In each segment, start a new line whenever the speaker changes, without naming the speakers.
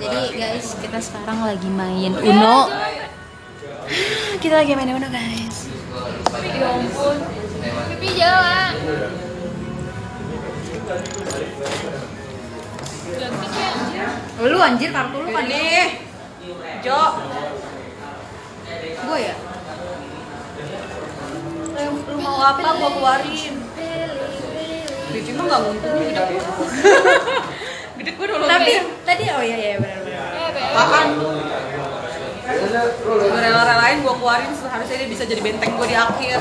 Jadi guys, kita sekarang lagi main Uno. Ah, kita lagi main Uno guys.
Ya ampun. Pipi jalan. Jangan pipi anjir.
Lu anjir kartu lu kan nih. Jo. Gue ya.
Eh,
Lu, lu mau apa gua keluarin. Bibi mah enggak nguntungin gede gue. gede gue dulu. Tapi tadi oh iya iya benar benar.
Eh, be.
Apaan? Gue rela-relain gue keluarin seharusnya dia bisa jadi benteng gue di akhir.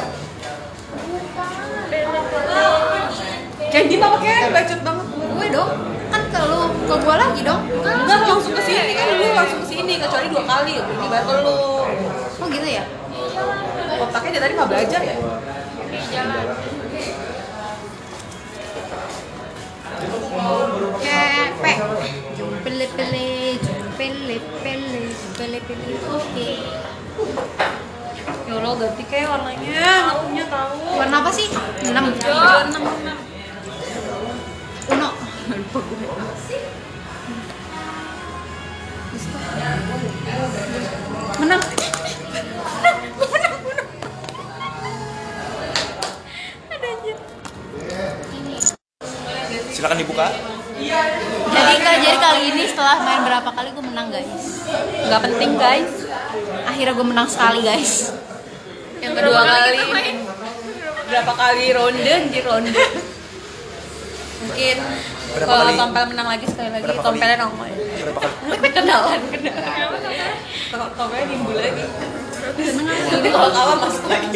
Janji mah pakai gitu bacot banget.
Gue dong. Kan ke lu ke gua lagi dong.
Enggak lu langsung ke sini kan lu langsung ke sini kecuali dua kali ya pergi baru lu.
Oh gitu ya.
Otaknya dia tadi nggak belajar ya?
Pipi jalan.
Capek. Jumpele pele, jumpele pele, jumpele pele. Oke.
Ya Allah ganti kayak warnanya,
Nah,
nggak punya tahu.
Warna apa sih? 6.
Jo.
Uno. Menang.
Silakan dibuka.
Jadi jadi kali ini setelah main berapa kali gue menang guys.
Nggak penting guys.
Akhirnya gue menang sekali guys.
Yang kedua kali berapa kali ronde anjir ronde. Mungkin
Berapa
kalau
kali?
Tompel menang lagi sekali lagi,
Berapa kali?
Tompelnya nongol.
Berapa kali?
Kenalan, kenalan. Tom- Tompelnya nimbul lagi. Nanti kalau kalah masuk lagi.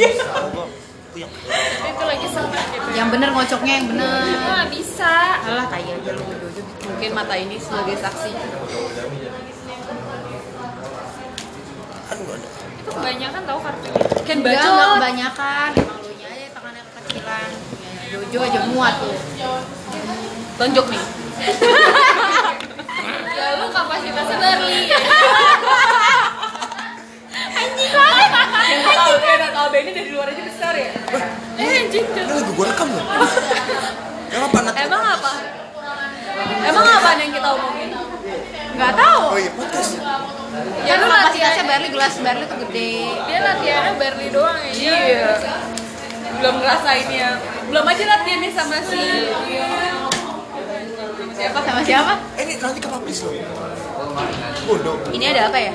Itu lagi sama gitu.
Yang bener ngocoknya yang bener.
Nggak bisa.
Alah tai aja lu bodoh.
Mungkin mata ini sebagai saksi.
Aduh, ada.
Itu kebanyakan tahu kartunya.
Kan
Enggak,
baca
enggak kebanyakan. Emang lu nya aja tangannya kekecilan. Jojo aja muat tuh.
Tonjok nih.
Ya lu kapasitasnya berli.
Yang nggak tahu dia anak Albania dari luar aja besar ya.
Eh anjing tuh.
Ini lagu gue rekam loh. Emang apa anak?
Emang apa? Emang apa yang kita omongin?
Enggak tahu.
Oh iya, podcast.
Ya lu kapasitasnya Barley gelas Barley tuh gede.
Dia latihannya berli doang ya.
Iya. Belum ngerasainnya. Belum aja latihannya sama si Iya. siapa?
Sama siapa?
Eh, ini nanti ke publish loh. Oh, Bodoh.
Ini ada apa ya?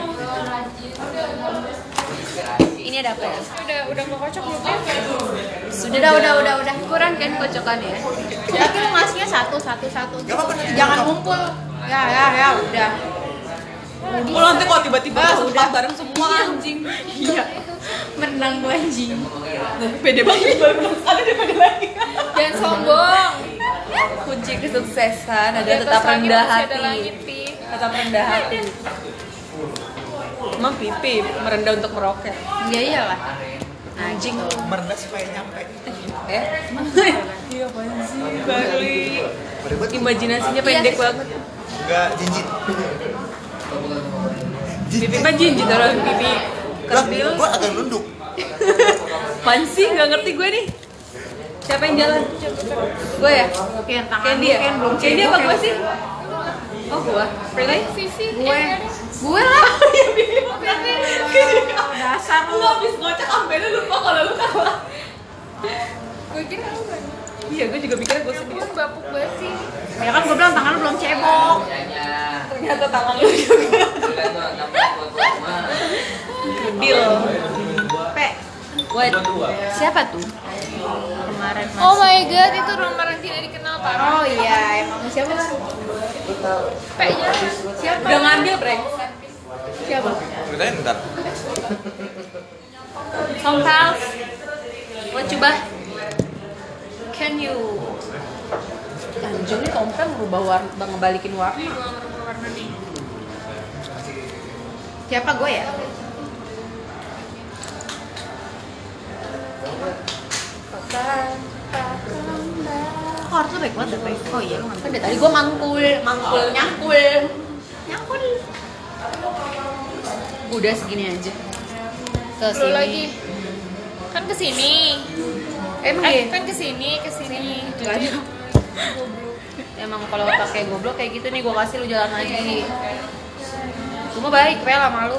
Ini ada apa ya?
Udah udah nggak kocok lupa.
Sudah, udah, udah, udah, udah.
Kurang kan kocokannya?
Tapi lu ngasihnya satu, satu, satu.
Gak apa-apa, nanti
Jangan
direkam.
ngumpul. Ya, ya, ya, udah.
Kalau Oh, nanti kalau tiba-tiba udah bareng semua anjing. Iya.
Menang gua anjing.
Pede banget baru belum sekali dia pede lagi.
Jangan sombong.
Kunci kesuksesan
Di
ada
atas
tetap
langit
rendah
masih ada
hati.
langit, Pi.
Tetap rendah hati. Emang pipi merendah untuk meroket. Eh,
Iya, iyalah.
Anjing.
Merendah supaya nyampe.
Eh? Iya apaan sih? Barli.
Beribet.
Imajinasinya pendek banget.
Enggak, jinjit.
Pipi mah jinjit orang pipi kerbil.
Gue agak nunduk.
Apaan sih? Gak ngerti gue nih. Siapa yang jalan? Gue ya?
Ken, tangan
Candy
lu,
ya?
Ken, belum
Candy
cebok
apa
ya.
gue sih? Oh gue? Really?
Sisi.
Gue,
iya.
gue lah.
Dasar lu habis ngocek sampe lu lupa kalau lu kalah
Gue kira lu nggak.
Iya gue juga pikirnya gue sendiri
Lu babuk banget sih.
Ya kan gue bilang tangan lu belum cebok.
Ternyata tangan lu juga Deal
P.
What?
Siapa tuh? Kemarin Mas.
Oh my god, itu nomor yang tidak dikenal parah.
Oh iya, emang siapa?
Pe jalan.
Siapa?
Udah ngambil breng
Siapa?
Ceritain ntar.
Sompal Gue coba Can you Anjingnya Sompal berubah warna, ngebalikin warna
Gue nggak ngerti warna nih.
Siapa gue ya? Kartu baik banget ya, Pe. Oh iya, lu ngambil.
Kan dari tadi gue mangkul, mangkul, nyangkul
Nyangkut.
Udah segini aja
Ke
Lu
sini.
lagi. Kan kesini.
Emang
Eh,
ya?
kan kesini, kesini.
Gak ada emang kalau otak kayak goblok kayak gitu nih gue kasih lu jalan lagi gue mah baik Pel sama lu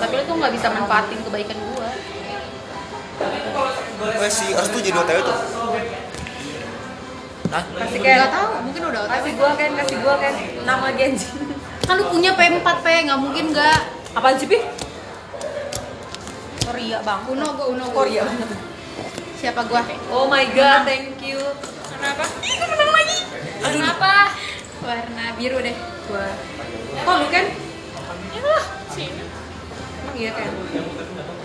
tapi lu tuh nggak bisa manfaatin kebaikan gue
Eh, si Ars tuh jadi OTW tuh. Nah, Hah?
kasih kayak
Gak tahu, mungkin udah otak.
kasih gue kan kasih gue kan nama Genji
Kan lu punya P4, P. Nggak mungkin nggak.
apaan sih pi Ria bang
Uno, gua Uno. gua.
Korea banget
Siapa gua?
Oh my god, thank you.
Kenapa? Ih, gue menang lagi. Kenapa?
Warna biru deh.
Gua. Oh, lu kan?
Inilah sini.
Emang iya kan?